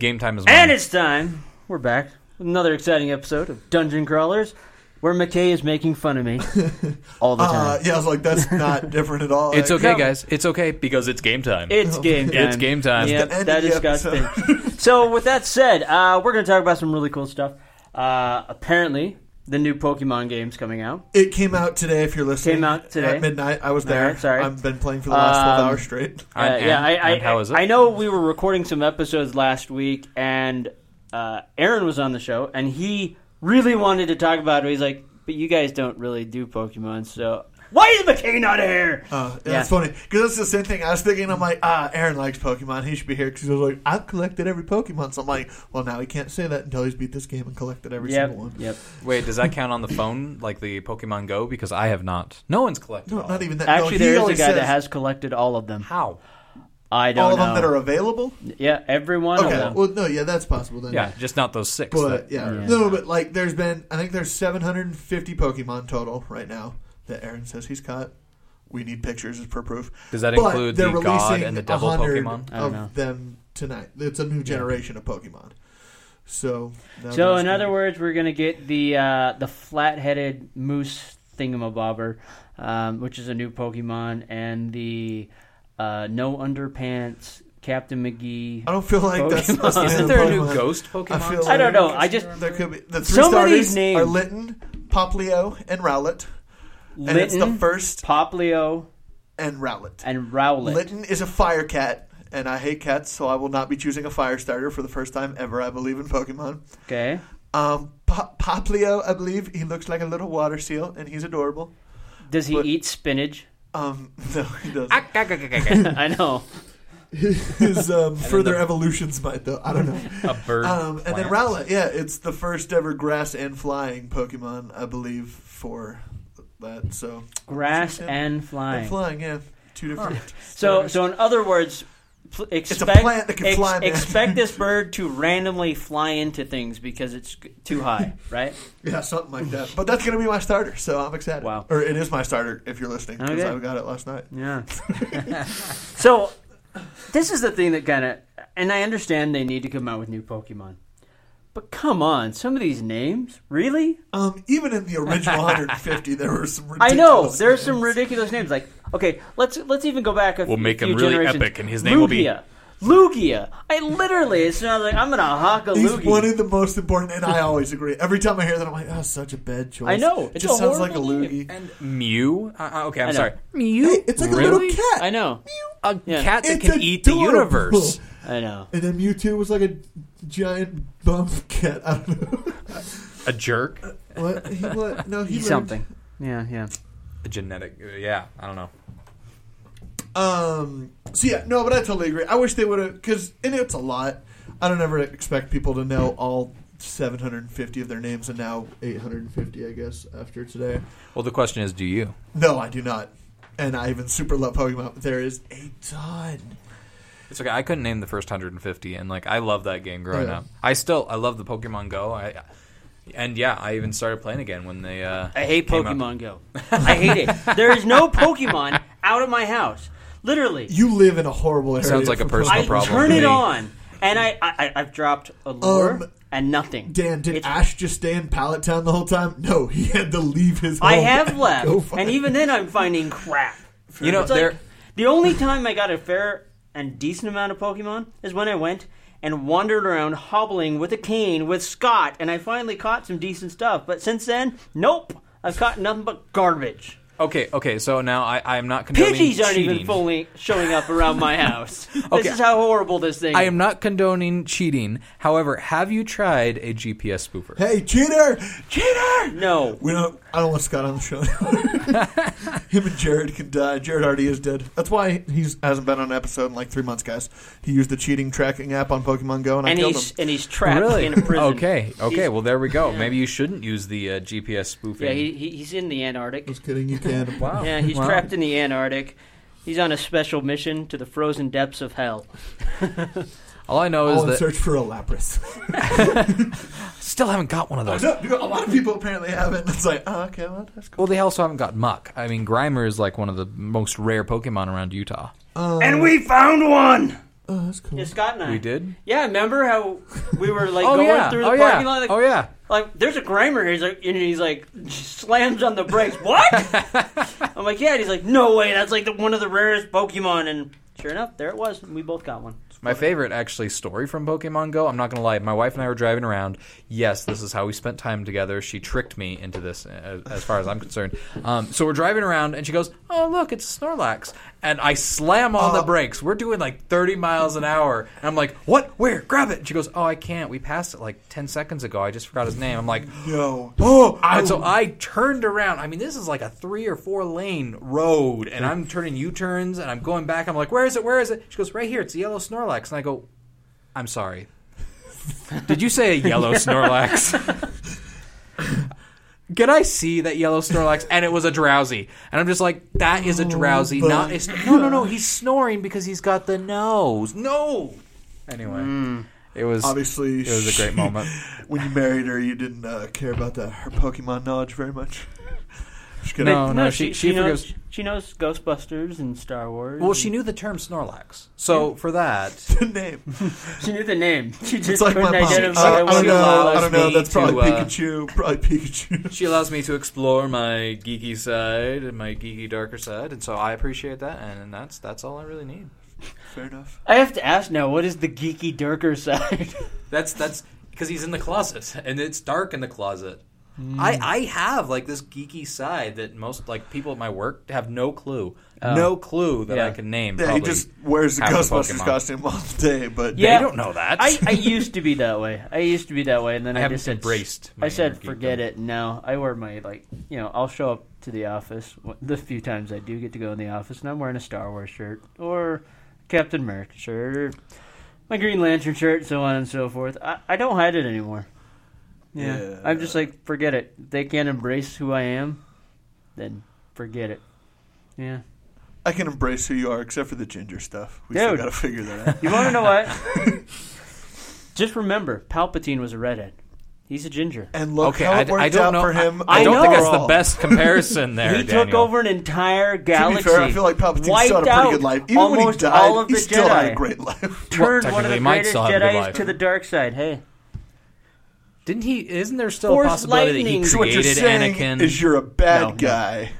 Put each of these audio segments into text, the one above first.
Game time is mine. And it's time. We're back. Another exciting episode of Dungeon Crawlers, where McKay is making fun of me all the Uh, time. yeah, I was like, that's not different at all. It's Like, okay, No. guys. It's okay because it's game time. It's game time. It's game time. Yeah, It's the end that of is the Scott's thing. so, with that said, uh, we're going to talk about some really cool stuff. Uh, apparently, the new Pokemon game's coming out. It came out today. If you're listening, Came out today. at midnight. I was All there. right, sorry. I've been playing for the last twelve Um, hours straight. Uh, I'm yeah, Ant. I, I, And how is it? I know we were recording some episodes last week, and uh, Aaron was on the show, and he really wanted to talk about it. He's like, "But you guys don't really do Pokemon, so why is McCain not here?" Uh, and yeah. It's funny because it's the same thing. I was thinking, I'm like, ah, Aaron likes Pokemon. He should be here because he was like, I've collected every Pokemon. So I'm like, well, now he can't say that until he's beat this game and collected every Yep, single one. yep. Wait, does that count on the phone like the Pokemon Go? Because I have not. No one's collected. No, all. not even that. Actually, no, he there is a always guy says that has collected all of them. How? I don't all of know. them that are available. yeah, every one of Okay, them. well, no, yeah, that's possible then. Yeah, just not those six. But that- yeah. Yeah. no, but like, there's been I think there's 750 Pokemon total right now that Aaron says he's caught. We need pictures as per proof. Does that But include they're the God releasing and the Devil 100 Pokemon? I don't Of know. them tonight. It's a new generation of Pokemon. So, that So, was in other good. words, we're gonna get the uh, the flat headed moose thingamabobber, um, which is a new Pokemon, and the uh, no underpants Captain McGee. I don't feel like that's. that's the Pokemon. name Isn't of there a new Pokemon. ghost Pokemon? I feel I like don't know. I just there could be the three Some of these starters names- are Litten, Poplio, and Rowlet, and it's the Litten, first Poplio, and Rowlet. and Rowlet. Litten is a fire cat, and I hate cats, so I will not be choosing a fire starter for the first time ever. I believe in Pokemon. Okay, Um, Pop- Poplio, I believe he looks like a little water seal, and he's adorable. does he But- eat spinach? Um, no, he doesn't. Ah, ah, ah, ah, ah, I know. His um, further evolutions might though. I don't know. ah. a bird. Um, and then plant. Rowlet, yeah, it's the first ever grass and flying Pokemon, I believe, for that. So Grass Yeah. and flying. and flying, yeah, two different. So, so in other words, pl- expect plant that can ex- fly, man. expect this bird to randomly fly into things because it's g- too high, right? Yeah, something like that. But that's going to be my starter, so I'm excited. Wow. Or it is my starter if you're listening, because Okay. I got it last night. Yeah. so this is the thing that kind of, and I understand they need to come out with new Pokemon, but come on, some of these names, really? Um, even in the original 150, there were some ridiculous I know there's names. some ridiculous names. Like, okay, let's let's even go back. A We'll few- make him few really generations. epic, and his name will be- Lugia. Lugia. I literally, it's not like I'm gonna hawk a He's Lugia. one of the most important, and I always agree. Every time I hear that, I'm like, oh, such a bad choice. I know, It it's just a sounds like a horrible name. loogie. And Mew? Uh, uh, okay, I'm know. sorry. Hey, it's like a Really? little cat. I know. A Yeah. cat that It's can eat the adorable. universe. I know. And then Mewtwo was like a giant bump cat. I don't know. A jerk. what? He, what? No, he He's learned. something. Yeah, yeah. A genetic. uh, Yeah, I don't know. Um. So yeah, no, but I totally agree. I wish they would have because and it's a lot. I don't ever expect people to know all 750 of their names, and now 850, I guess, after today. Well, the question is, do you? No, I do not. And I even super love Pokemon, but there is a ton. It's okay. I couldn't name the first 150, and like I love that game growing Yeah. up. I still I love the Pokemon Go. I and yeah, I even started playing again when they. Uh, I hate came out. Pokemon Go. I hate it. There is no Pokemon out of my house. Literally. You live in a horrible area. Sounds like a for personal I Pokemon. problem turn to it me. on, and I, I I- I've dropped a lure Um, and nothing. Dan, did It's- Ash just stay in Pallet Town the whole time? No, he had to leave his. Home I have left, Go find- and even then I'm finding crap. You know, It's like, there- the only time I got a fair and decent amount of Pokemon is when I went and wandered around hobbling with a cane with Scott, and I finally caught some decent stuff. But since then, nope, I've caught nothing but garbage. Okay, okay. So now I I am not condoning Pidgeys aren't cheating. even fully showing up around my house. Okay. This is how horrible this thing. I is. am not condoning cheating. However, have you tried a GPS spoofer? Hey, cheater! Cheater! No. We don't. I don't want Scott on the show. Him and Jared can die. Jared already is dead. That's why he hasn't been on an episode in like three months, guys. He used the cheating tracking app on Pokemon Go, and, I and killed he's him. and he's trapped really? in a prison. Okay, okay. Well, there we go. Maybe you shouldn't use the uh, GPS spoofing. Yeah, he, he, he's in the Antarctic. Just kidding. You can. wow. Yeah, he's Wow. trapped in the Antarctic. He's on a special mission to the frozen depths of hell. All I know All is in that search for a Lapras. still haven't got one of those. Oh, no, dude, a lot of people apparently haven't. It's like, oh, okay, well, that's cool. Well, they also haven't got Muck. I mean, Grimer is like one of the most rare Pokemon around Utah. and we found one. Oh, that's cool. Yeah, Scott and I. We did. Yeah, remember how we were like oh going yeah. through the oh parking yeah. lot? Like, oh yeah. like, there's a grimer here. He's like, and he's like, slams on the brakes. What? I'm like, yeah. And he's like, no way. That's like the, one of the rarest Pokemon. And sure enough, there it was. And we both got one. My favorite, actually, story from Pokemon Go. I'm not gonna lie. My wife and I were driving around. Yes, this is how we spent time together. She tricked me into this, as, as far as I'm concerned. Um, so we're driving around, and she goes, "Oh, look, it's a Snorlax," and I slam on the Oh. brakes. We're doing like 30 miles an hour, and I'm like, "What? Where? Grab it!" And she goes, "Oh, I can't. We passed it like 10 seconds ago. I just forgot his name." I'm like, no. Oh, And so I turned around. I mean, this is like a three or four lane road, and I'm turning U turns and I'm going back. I'm like, where is it? Where is it? She goes, right here. It's a yellow Snorlax. And I go, I'm sorry. Did you say a yellow Snorlax? Can I see that yellow Snorlax? And it was a drowsy. And I'm just like, that is a drowsy, my not a. s- No, no, no. He's snoring because he's got the nose. No! Anyway, it was. obviously It was a great she- moment. when you married her, you didn't uh, care about that her Pokemon knowledge very much. Just kidding. No, no, she, she, forgives. knows. She knows Ghostbusters and Star Wars. Well, and- she knew the term Snorlax, so for that, The name. she knew the name. She just It's like my couldn't mom. Uh, identify I she what don't it know. allows I don't know. me That's probably to, uh, Pikachu. Probably Pikachu. she allows me to explore my geeky side and my geeky darker side, and so I appreciate that, and that's that's all I really need. Fair enough. I have to ask now, what is the geeky Durker side? That's that's because he's in the closet, and it's dark in the closet. Hmm. I I have like this geeky side that most like people at my work have no clue, Oh. no clue that Yeah. I can name. Yeah, he probably. just wears the half the Ghostbusters Pokemon. costume all day, but they Yeah. don't know that. I, I used to be that way. I used to be that way, and then I I, haven't just said, embraced my I inner said, geekdom. forget it. No, I wear my like, you know, I'll show up to the office wh- the few times I do get to go in the office, and I'm wearing a Star Wars shirt or Captain America shirt, or my Green Lantern shirt, so on and so forth. I, I don't hide it anymore. Yeah. Yeah. I'm just like, forget it. If they can't embrace who I am, then forget it. Yeah. I can embrace who you are, except for the ginger stuff. We still Dude. got to figure that out. You want to know what? Just remember, Palpatine was a redhead. He's a ginger. And look okay, how I, it worked I don't out know. for him. I, I don't think that's the overall. best comparison there. he took Daniel. over an entire To galaxy. be fair, I feel like Palpatine still wiped had a pretty out good life. Even almost when he died, all of the he still Jedi. had a great life. turned one of technically, the Mike greatest still had a good Jedi's life. to the dark side. Hey, Didn't he? Isn't there still Force a possibility lightning. that he So what you're created saying Anakin? is you're a No, bad no. guy,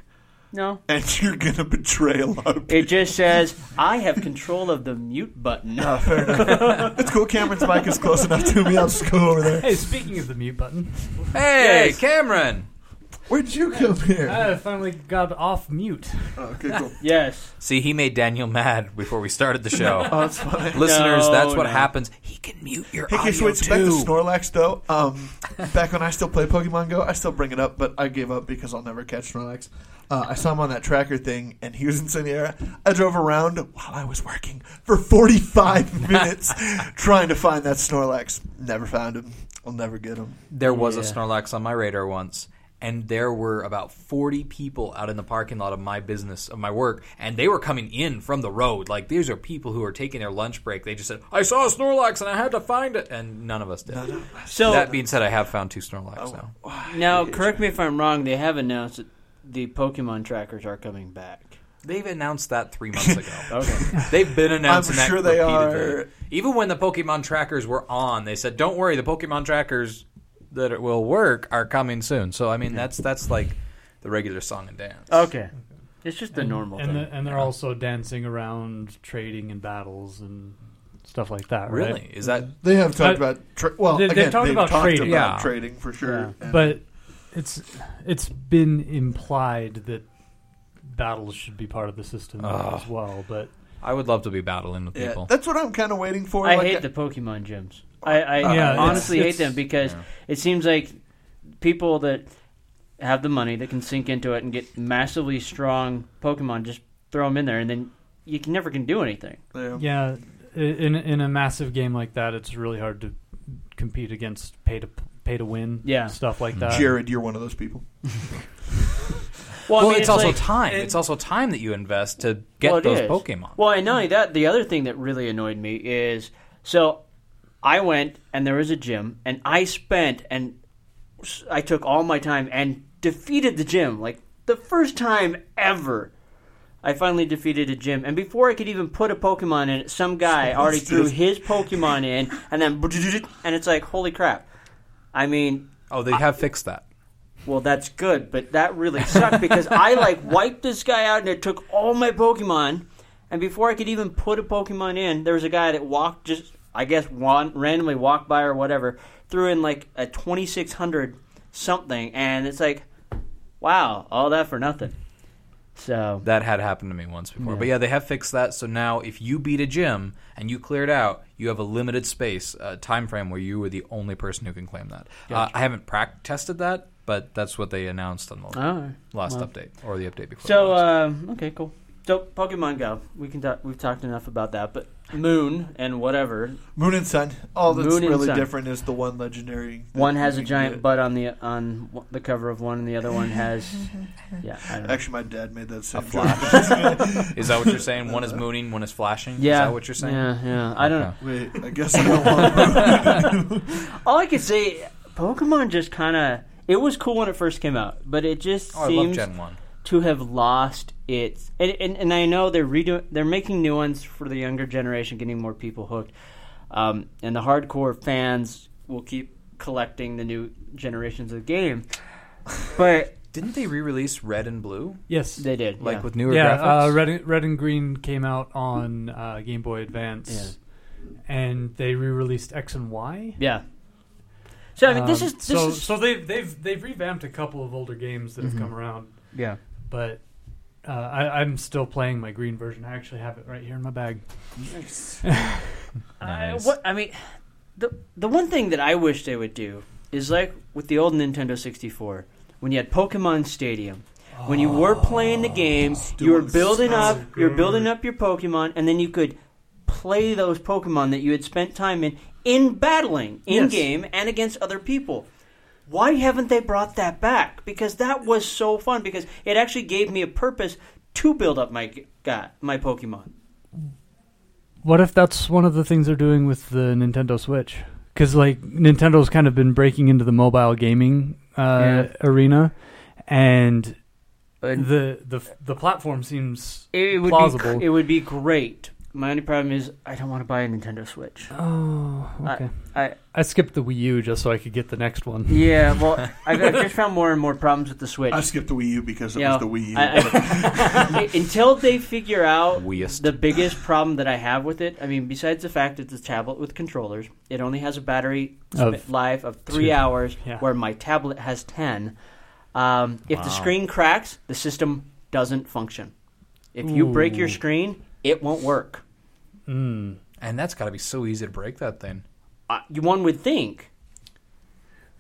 no. and you're gonna betray a lot of It people. just says I have control of the mute button. fair enough. it's cool. Cameron's mic is close enough to me. I'll just go over there. Hey, speaking of the mute button, hey, Yes. Cameron! Where'd you come here? I finally got off mute. Okay, cool. Yes. See, he made Daniel mad before we started the show. Oh, that's funny. Listeners, No, that's what no. happens. He can mute your Hey, audio okay, so it's back too. to Snorlax though. Um, back when I still play Pokemon Go, I still bring it up, but I gave up because I'll never catch Snorlax. Uh, I saw him on that tracker thing, and he was in Sierra. I drove around while I was working for 45 minutes trying to find that Snorlax. Never found him. I'll never get him. there was a Yeah. Snorlax on my radar once, and there were about forty people out in the parking lot of my business of my work, and they were coming in from the road. Like these are people who are taking their lunch break. They just said, "I saw a Snorlax and I had to find it," and none of us did. So that being said, I have found two Snorlax now. now, correct me if I'm wrong. They have announced that the Pokemon trackers are coming back. They've announced that three months ago. Okay. They've been announcing I'm sure that they repeatedly. are. Even when the Pokemon trackers were on, they said, "Don't worry, the Pokemon trackers that it will work are coming soon." So I mean, that's that's like the regular song and dance. okay. It's just the normal and, thing. the- and they're also dancing around, trading and battles and stuff like that. really? right? Is that They have talked Uh, about tra- well. They, they- they've again, talked they've about talked trading. about Yeah. trading for sure. And- But it's it's been implied that battles should be part of the system Ugh. Ah. as well. But I would love to be battling with yeah, people. that's what I'm kind of waiting for. I like hate the Pokemon gyms. I, I Yeah, it's- honestly hate it's- them because yeah. it seems like people that have the money that can sink into it and get massively strong Pokemon just throw them in there, and then you can never can do anything. yeah. yeah, i- in in a massive game like that, it's really hard to compete against pay to pay to win. Yeah. stuff like that. Jared, you're one of those people. Well, I well, mean, it's, also like- time. it- it's also time that you invest to get Well, it those is. Pokemon. Well, and not only that, the other thing that really annoyed me is so I went and there was a gym, and I spent and s- I took all my time and defeated the gym like the first time ever. I finally defeated a gym, and before I could even put a Pokemon in, some guy already threw his Pokemon in, and then and it's like, holy crap! I mean, Oh, they have fixed that. well, that's good, but that really sucked because I like wiped this guy out and it took all my Pokemon. And before I could even put a Pokemon in, there was a guy that walked just, I guess, wan- randomly walked by or whatever, threw in like a 2600 something. And it's like, wow, all that for nothing. So, That had happened to me once before. Yeah. But yeah, they have fixed that. So now, if you beat a gym and you cleared out, you have a limited space uh, time frame where you are the only person who can claim that. Uh, I haven't prac- tested that, but that's what they announced on the Alright, last Uh, well. update or the update before. so the last. um, okay, cool. So, Pokemon Go, we can talk, we've talked enough about that, but Moon and whatever, Moon and Sun. All that's Moon and really Sun. different is the one legendary. that One has you a can giant get. butt on the on w- the cover of one, and the other one has, yeah, I don't know. Actually, my dad made uh, that same joke. flash. is that what you're saying? One is mooning, one is flashing. yeah, Is that what you're saying? Yeah, yeah. I don't Okay. know. Wait, I guess I don't want to. All I could say, Pokemon just kind of it was cool when it first came out, but it just Oh, I love seems Gen One. to have lost its. And, and, and I know they're redo they're making new ones for the younger generation, getting more people hooked, um, and the hardcore fans will keep collecting the new generations of the game. But Didn't they re-release Red and Blue Yes. they did like yeah. with newer yeah, graphics? uh, red, and- red and green came out on uh, Game Boy Advance, and they re-released X and Y. Yeah. So I mean, this Um, is this so is so they've they've they've revamped a couple of older games that Mm-hmm. have come around, yeah. but uh, I, I'm still playing my green version. I actually have it right here in my bag. Nice. I, what I mean, the the one thing that I wish they would do is like with the old Nintendo 64 when you had Pokemon Stadium. When you were playing the game, you were doing building so up, you're good. building up your Pokemon, and then you could play those Pokemon that you had spent time in in battling in Yes. game and against other people. Why haven't they brought that back? Because that was so fun. Because it actually gave me a purpose to build up my g- guy, my Pokemon. What if that's one of the things they're doing with the Nintendo Switch? Because like Nintendo's kind of been breaking into the mobile gaming uh, Yeah. arena, and And- the the the platform seems It would plausible. be it would be great. My only problem is I don't want to buy a Nintendo Switch. oh, okay. I I skipped the Wii U just so I could get the next one. yeah, well, I, I've just found more and more problems with the Switch. I skipped the Wii U because it Yeah, was the Wii U. I- I- until they figure out Weest. the biggest problem that I have with it, I mean, besides the fact it's a tablet with controllers, it only has a battery Of sp- life of three two. hours, Yeah. where my tablet has ten. Um, if Wow. the screen cracks, the system doesn't function. If you break your Ooh. screen, it won't work. Mm. And that's got to be so easy to break that thing. Uh, you- one would think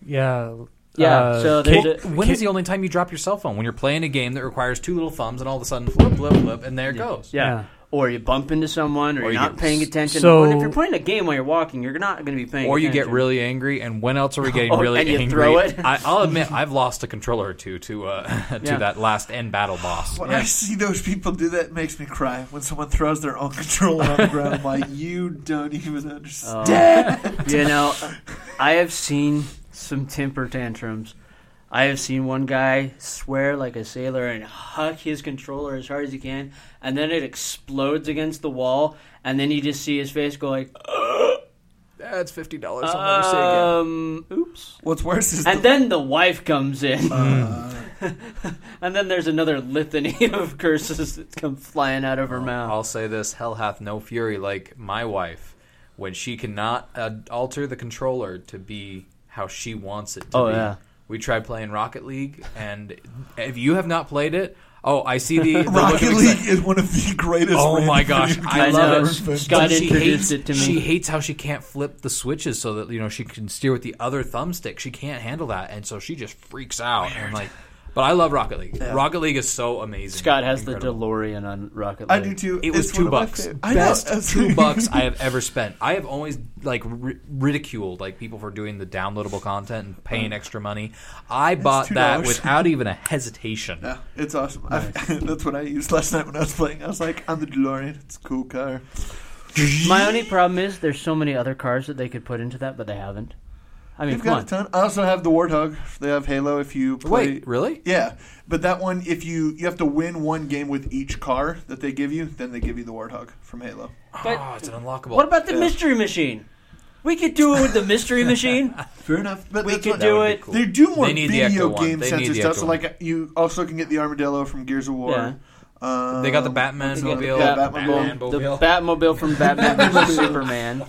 Yeah. Yeah, uh, so Kate- there's Well, a- when is the only time you drop your cell phone? When you're playing a game that requires two little thumbs, and all of a sudden, flip, flip, flip, and there it goes. Yeah. Yeah. Or you bump into someone, or, Or you're you not get- paying attention. So- So, if you're playing a game while you're walking, you're not going to be paying. Or you attention. get really angry, and when else are we getting Oh, really and you angry? throw it. I, I'll admit, I've lost a controller or two to uh, to Yeah. that last end battle boss. When Yeah. I see those people do that, it makes me cry. When someone throws their own controller on the ground, I'm like, you don't even Oh. Uh, understand. you know, I have seen some temper tantrums. I have seen one guy swear like a sailor and huck his controller as hard as he can, and then it explodes against the wall, and then you just see his face go like, That's fifty dollars. I'll never see again. um, oops. What's worse is And the, then the wife comes in, Mm. uh, and then there's another litany of curses that come flying out of her mouth. Oh, I'll say this: Hell hath no fury like my wife, when she cannot uh, alter the controller to be how she wants it to Oh, be. yeah. We tried playing Rocket League, and if you have not played it, oh, I see the, the look of Rocket excitement. League is one of the greatest. Oh my random gosh, video I games love ever it. invented. Scott But she introduced hates, it to me. She hates how she can't flip the switches so that you know she can steer with the other thumbstick. She can't handle that, and so she just freaks out. And like, but I love Rocket League. Rocket League is so amazing. Scott has Incredible. the DeLorean on Rocket League. I do too. It was It's two one of my bucks. fav- I know, Best that's- two bucks I have ever spent. I have always like ri- ridiculed like people for doing the downloadable content and Uh-huh. paying extra money. I bought that $2. without even a hesitation. Yeah, it's awesome. I, that's what I used last night when I was playing. I was like, I'm the DeLorean. It's a cool car. My only problem is there's so many other cars that they could put into that, but they haven't. I mean, You've come got on. a ton. I also have the Warthog. They have Halo. If you play, Wait, really? yeah, but that one, if you you have to win one game with each car that they give you, then they give you the Warthog from Halo. But- oh, it's an unlockable. What about the mystery machine? We could do it with the mystery machine. Fair enough. But We that's could what- do would be it. cool. They do more They need the video Ecto one. game They need censored the stuff. Ecto So one. like you also can get the Armadillo from Gears of War. Yeah. Um, they got the Batman got the mobile. Bat- Batman Batmobile. The mobile. Batmobile from Batman vs Superman.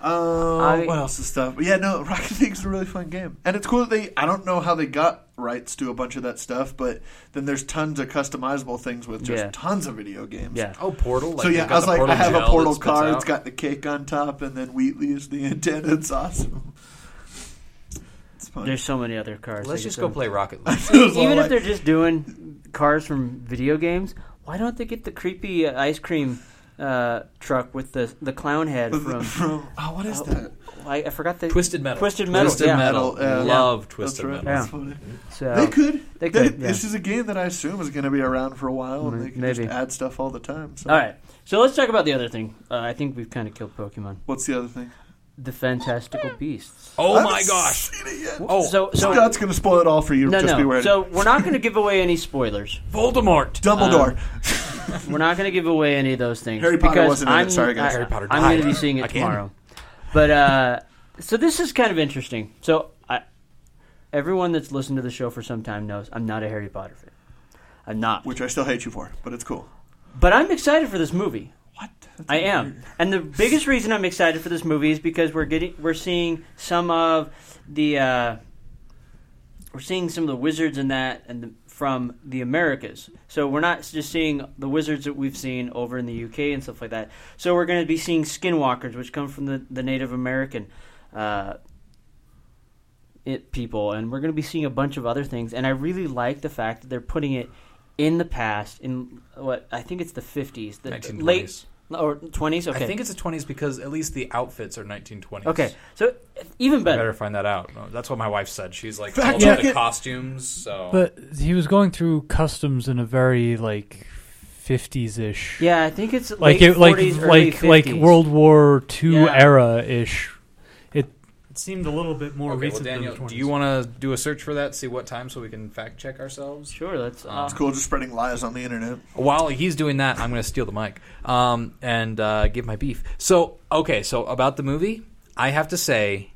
Um, I- what else is stuff? But yeah, no, Rocket League's a really fun game, and it's cool that they. I don't know how they got rights to a bunch of that stuff, but then there's tons of customizable things with just Yeah. tons of video games. Yeah. oh, Portal. Like, so they've yeah, got I was the like, I have gel a that portal spits car. out. It's got the cake on top, and then Wheatley is the antenna. It's awesome. It's fun. There's so many other cars. Let's they just could go do. play Rocket League. It was all Even if like- they're just doing cars from video games, why don't they get the creepy uh, ice cream uh, truck with the the clown head from? from oh, what is Oh, that? I, I forgot the Twisted Metal. Twisted Metal. Twisted yeah. Metal. Yeah. Love That's Twisted right. Metal. That's funny. So They could. They They could, This yeah. is a game that I assume is going to be around for a while, and they can Maybe. Uh, just add stuff all the time. So. all right, so let's talk about the other thing. Uh, I think we've kind of killed Pokemon. What's the other thing? The Fantastical Beasts. Oh I my haven't gosh! seen it yet. Oh, so so Scott's going to spoil it all for you. no just no. be aware. So we're not going to give away any spoilers. Voldemort. Dumbledore. We're not going to give away any of those things. Harry Potter because wasn't in it. I'm- Sorry, guys. I, Harry Potter I'm died. going to be seeing it Again. tomorrow. But uh, so this is kind of interesting. So I, everyone that's listened to the show for some time knows I'm not a Harry Potter fan. I'm not. Which I still hate you for, but it's cool. But I'm excited for this movie. What? That's I am, weird. and the biggest reason I'm excited for this movie is because we're getting we're seeing some of the uh, we're seeing some of the wizards in that and the, from the Americas. So we're not just seeing the wizards that we've seen over in the UK and stuff like that. So we're going to be seeing skinwalkers, which come from the, the Native American uh, it, people, and we're going to be seeing a bunch of other things. And I really like the fact that they're putting it in the past, in what I think it's the 50s, the 1920s. late or 20s. Okay, I think it's the 20s because at least the outfits are 1920s. okay, so even I better. better find that out. No, That's what my wife said. She's like Fact all about check the it. costumes. So But he was going through customs in a very like 50s ish. Yeah, I think it's Like late it, like 40s, early like like 50s. World War II Yeah. era ish. It it seemed a little bit more okay, well, recent than Daniel, the 20s. do you want to do a search for that? See what time so we can fact check ourselves. Sure, that's Um, uh, It's cool just spreading lies on the internet. While he's doing that, I'm going to steal the mic um, and uh, give my beef. So, okay, so about the movie, I have to say,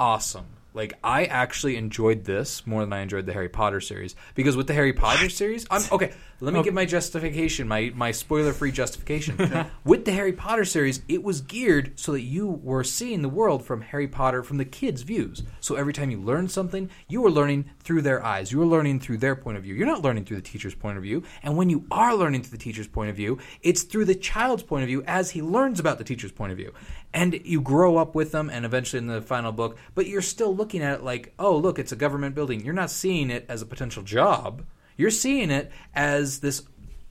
awesome. Like, I actually enjoyed this more than I enjoyed the Harry Potter series. Because with the Harry Potter series, I'm okay, let me give my justification, my, my spoiler free justification. with the Harry Potter series, it was geared so that you were seeing the world from Harry Potter from the kids' views. So every time you learned something, you were learning through their eyes. You were learning through their point of view. You're not learning through the teacher's point of view. And when you are learning through the teacher's point of view, it's through the child's point of view as he learns about the teacher's point of view. And you grow up with them and eventually in the final book, but you're still looking at it like, oh, look, it's a government building. You're not seeing it as a potential job. You're seeing it as this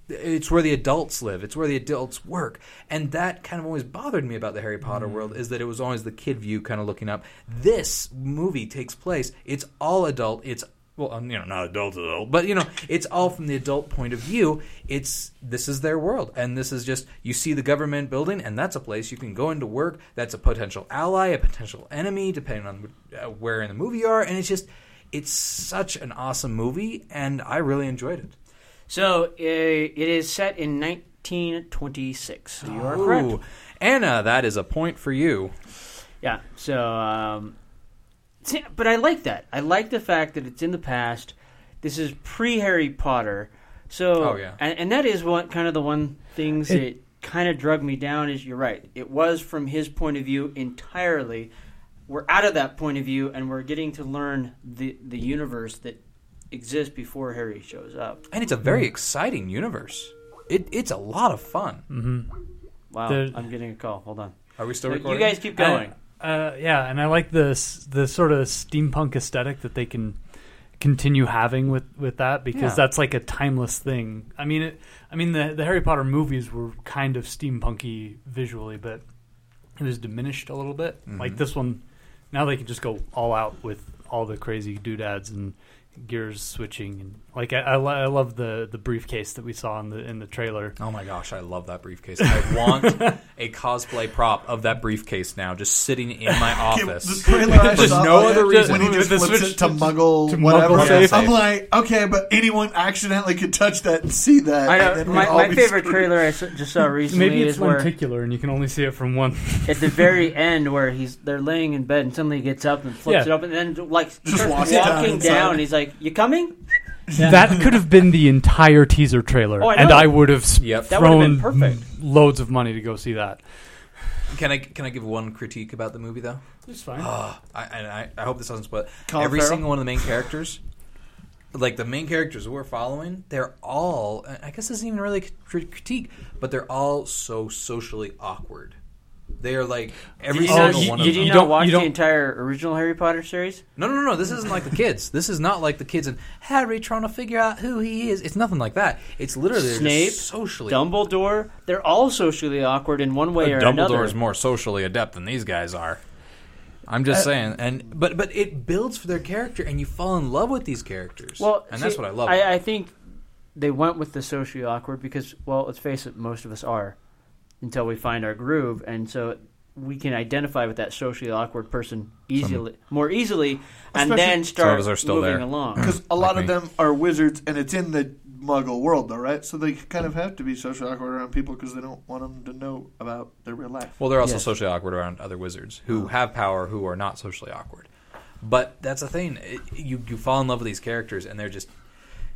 it's where the adults live it's where the adults work and that kind of always bothered me about the harry potter world is that it was always the kid view kind of looking up this movie takes place it's all adult it's well um, you know not adult adult but you know it's all from the adult point of view it's this is their world and this is just you see the government building and that's a place you can go into work that's a potential ally a potential enemy depending on uh, where in the movie you are and it's just it's such an awesome movie and i really enjoyed it so uh, it is set in 1926. So you are Ooh. correct. Anna, that is a point for you. Yeah. So, um, see, but I like that. I like the fact that it's in the past. This is pre Harry Potter. So, Oh, yeah. and, and that is what kind of the one things that kind of drug me down is you're right. It was from his point of view entirely. We're out of that point of view, and we're getting to learn the the universe that exists before Harry shows up. And it's a very exciting universe. It, it's a lot of fun. Wow, The- I'm getting a call. Hold on. Are we still You recording? guys keep going. Uh, yeah, and I like the s- the sort of steampunk aesthetic that they can continue having with, with that because Yeah. that's like a timeless thing. I mean, it, I mean the the Harry Potter movies were kind of steampunky visually, but it was diminished a little Mm-hmm. bit. Like this one, now they can just go all out with all the crazy doodads and gears switching and like I, I, lo- I love the the briefcase that we saw in the in the trailer. Oh my gosh, I love that briefcase. I want a cosplay prop of that briefcase now, just sitting in my The office. trailer I There's saw, no like, other reason. when he just The flips switch it to to- Muggle, to whatever. Muggle safe. I'm like, okay, but anyone accidentally could touch that and see that. I and know then my, we'd all my be favorite screwed. trailer I s- just saw recently Maybe it's is where lenticular and you can only see it from one. at the very end where he's they're laying in bed and suddenly he gets up and flips Yeah. it up and then like Just starts walks walking down down. inside. he's like, "You coming?" That could have been the entire teaser trailer, Oh, I know. and I would have s- Yep. That would have thrown been perfect. loads of money to go see that. Can I can I give one critique about the movie though? It's fine. Uh, Ah, I, and I, I hope this doesn't spoil. Colin Every Farrell? single one of the main characters, like the main characters we're following, they're all. I guess this isn't even really crit- critique, but they're all so socially awkward. They are like every Did you, single not, one did of them. you You not don't- watch you the don't- entire original Harry Potter series? No, no, no, no. This isn't like the kids. This is not like the kids and Harry trying to figure out who he is. It's nothing like that. It's literally they're Snape, just socially. Dumbledore, they're all socially awkward in one way or another. Dumbledore's more socially adept than these guys are. I'm just Uh, saying, and but but it builds for their character, and you fall in love with these characters. Well, and see, that's what I love. I, I think they went with the socially awkward because, well, let's face it, most of us are until we find our groove, and so we can identify with that socially awkward person easily, more easily, and Especially- then start of us are still moving there. along. because a lot Like of me. them are wizards, and it's in the Muggle world, though, right? So they kind of have to be social awkward around people because they don't want them to know about their real life. Well, they're also Yes. Oh. socially awkward around other wizards who have power who are not socially awkward. But that's the thing. It, you you fall in love with these characters, and they're just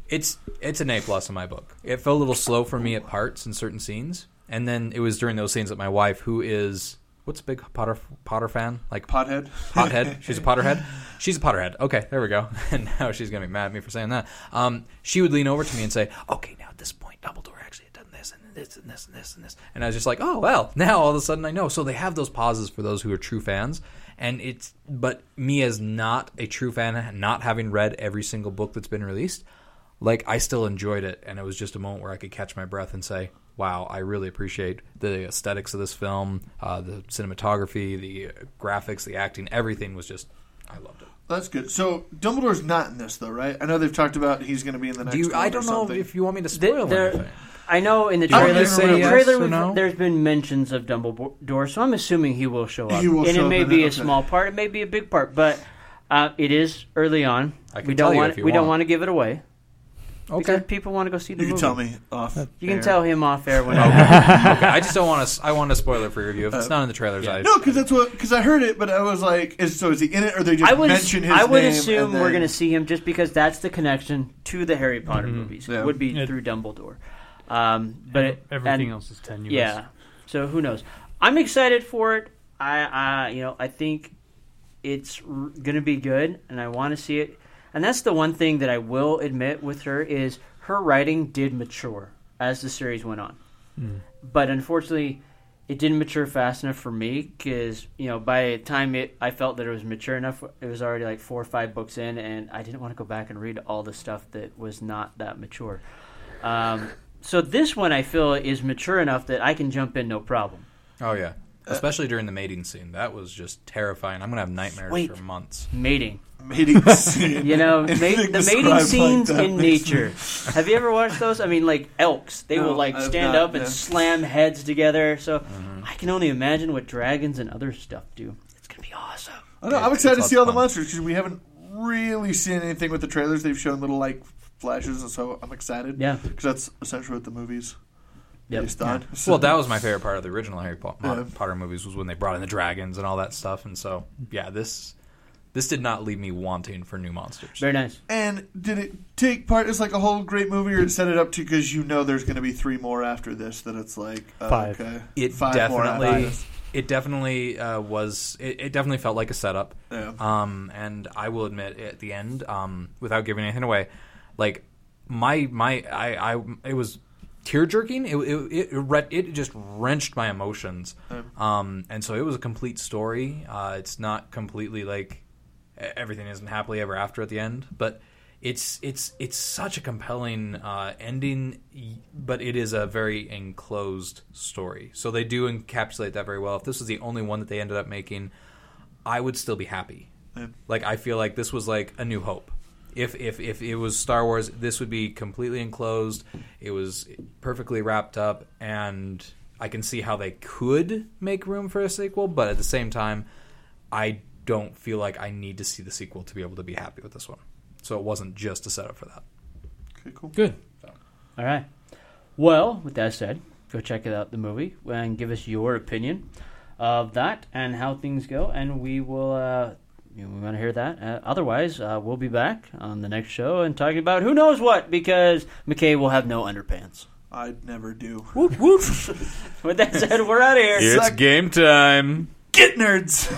it's it's an A plus in my book. It felt a little slow for me at parts in certain scenes, and then it was during those scenes that my wife, who is what's a big Potter Potter fan, like Pothead. Pothead. She's a Potterhead. She's a Potterhead. Okay, there we go. And now she's gonna be mad at me for saying that. Um, she would lean over to me and say, "Okay, now at this point, Dumbledore actually had done this and this and this and this and this." And I was just like, "Oh well." Now all of a sudden I know. So they have those pauses for those who are true fans, and it's. But me as not a true fan, not having read every single book that's been released, like I still enjoyed it, and it was just a moment where I could catch my breath and say, "Wow, I really appreciate the aesthetics of this film, uh, the cinematography, the uh, graphics, the acting, everything was just, I loved it." That's good. So Dumbledore's not in this, though, right? I know they've talked about he's going to be in the next. Do you? one I or don't know something. if you want me to Th- spoil there- anything. I know in the Do you want trailer, me to say the yes trailer or we've- no? there's been mentions of Dumbledore, so I'm assuming he will show up. He will and show it up may in be it, a okay. small part, it may be a big part, but uh, it is early on. I can we tell don't you want if you we don't want. want to give it away because people want to go see the You can movie. tell me off. You can air. tell him off air when okay. I just don't want to. I want a spoiler for your review. If it's not in the trailers, I No, because that's what because I heard it, but I was like, is, so is he in it, or they just I would, mention his I would name assume and then- we're going to see him just because that's the connection to the Harry Potter Mm-hmm. movies. Yeah. Would be It- through Dumbledore. Um, but it, everything and- else is tenuous. Yeah. So who knows? I'm excited for it. I, I you know, I think it's r- going to be good, and I want to see it. And that's the one thing that I will admit with her is her writing did mature as the series went on, but unfortunately. It didn't mature fast enough for me because you know by the time it, I felt that it was mature enough, it was already like four or five books in, and I didn't want to go back and read all the stuff that was not that mature. Um, so this one I feel is mature enough that I can jump in no problem. Oh yeah, especially during the mating scene. That was just terrifying. I'm gonna have nightmares Sweet. for months. Mating, mating scene. you know, ma- Anything the described mating like scenes that in makes me- nature. Have you ever watched those? I mean, like elks, they No, will like I've stand not, up and no. slam heads together. So Mm-hmm. I can only imagine what dragons and other stuff do. It's gonna be awesome. I know, Yeah, I'm excited to it's see all the fun. monsters because we haven't really seen anything with the trailers. They've shown little like flashes, and so I'm excited. Yeah. because that's essentially what the movies Yep. based on. So- Well, that was my favorite part of the original Harry Po- Mo- Yeah. Potter movies was when they brought in the dragons and all that stuff. And so, yeah, this this did not leave me wanting for new monsters. Very nice. And did it take part as like a whole great movie, or it set it up to because you know there's going to be three more after this? That it's like uh, Five. Okay, It Five more after definitely, this. it definitely uh, was. It, it definitely felt like a setup. Yeah. Um, and I will admit, at the end, um, without giving anything away, like my my I, I it was tear jerking. It it it, re- it just wrenched my emotions. Um, and so it was a complete story. Uh, it's not completely like e- everything isn't happily ever after at the end, but. It's it's it's such a compelling uh, ending, y- but it is a very enclosed story. So they do encapsulate that very well. If this was the only one that they ended up making, I would still be happy. Like I feel like this was like a new hope. If, if if it was Star Wars, this would be completely enclosed. It was perfectly wrapped up, and I can see how they could make room for a sequel. But at the same time, I don't feel like I need to see the sequel to be able to be happy with this one. So it wasn't just a setup for that. Okay, cool. Good. All right. Well, with that said, go check out the movie and give us your opinion of that and how things go, and we will. Uh, you know, we want to hear that. Uh, otherwise, uh, we'll be back on the next show and talking about who knows what because McKay will have no underpants. I never do. Whoop whoop. with that said, we're out of here. It's game time. Get nerds.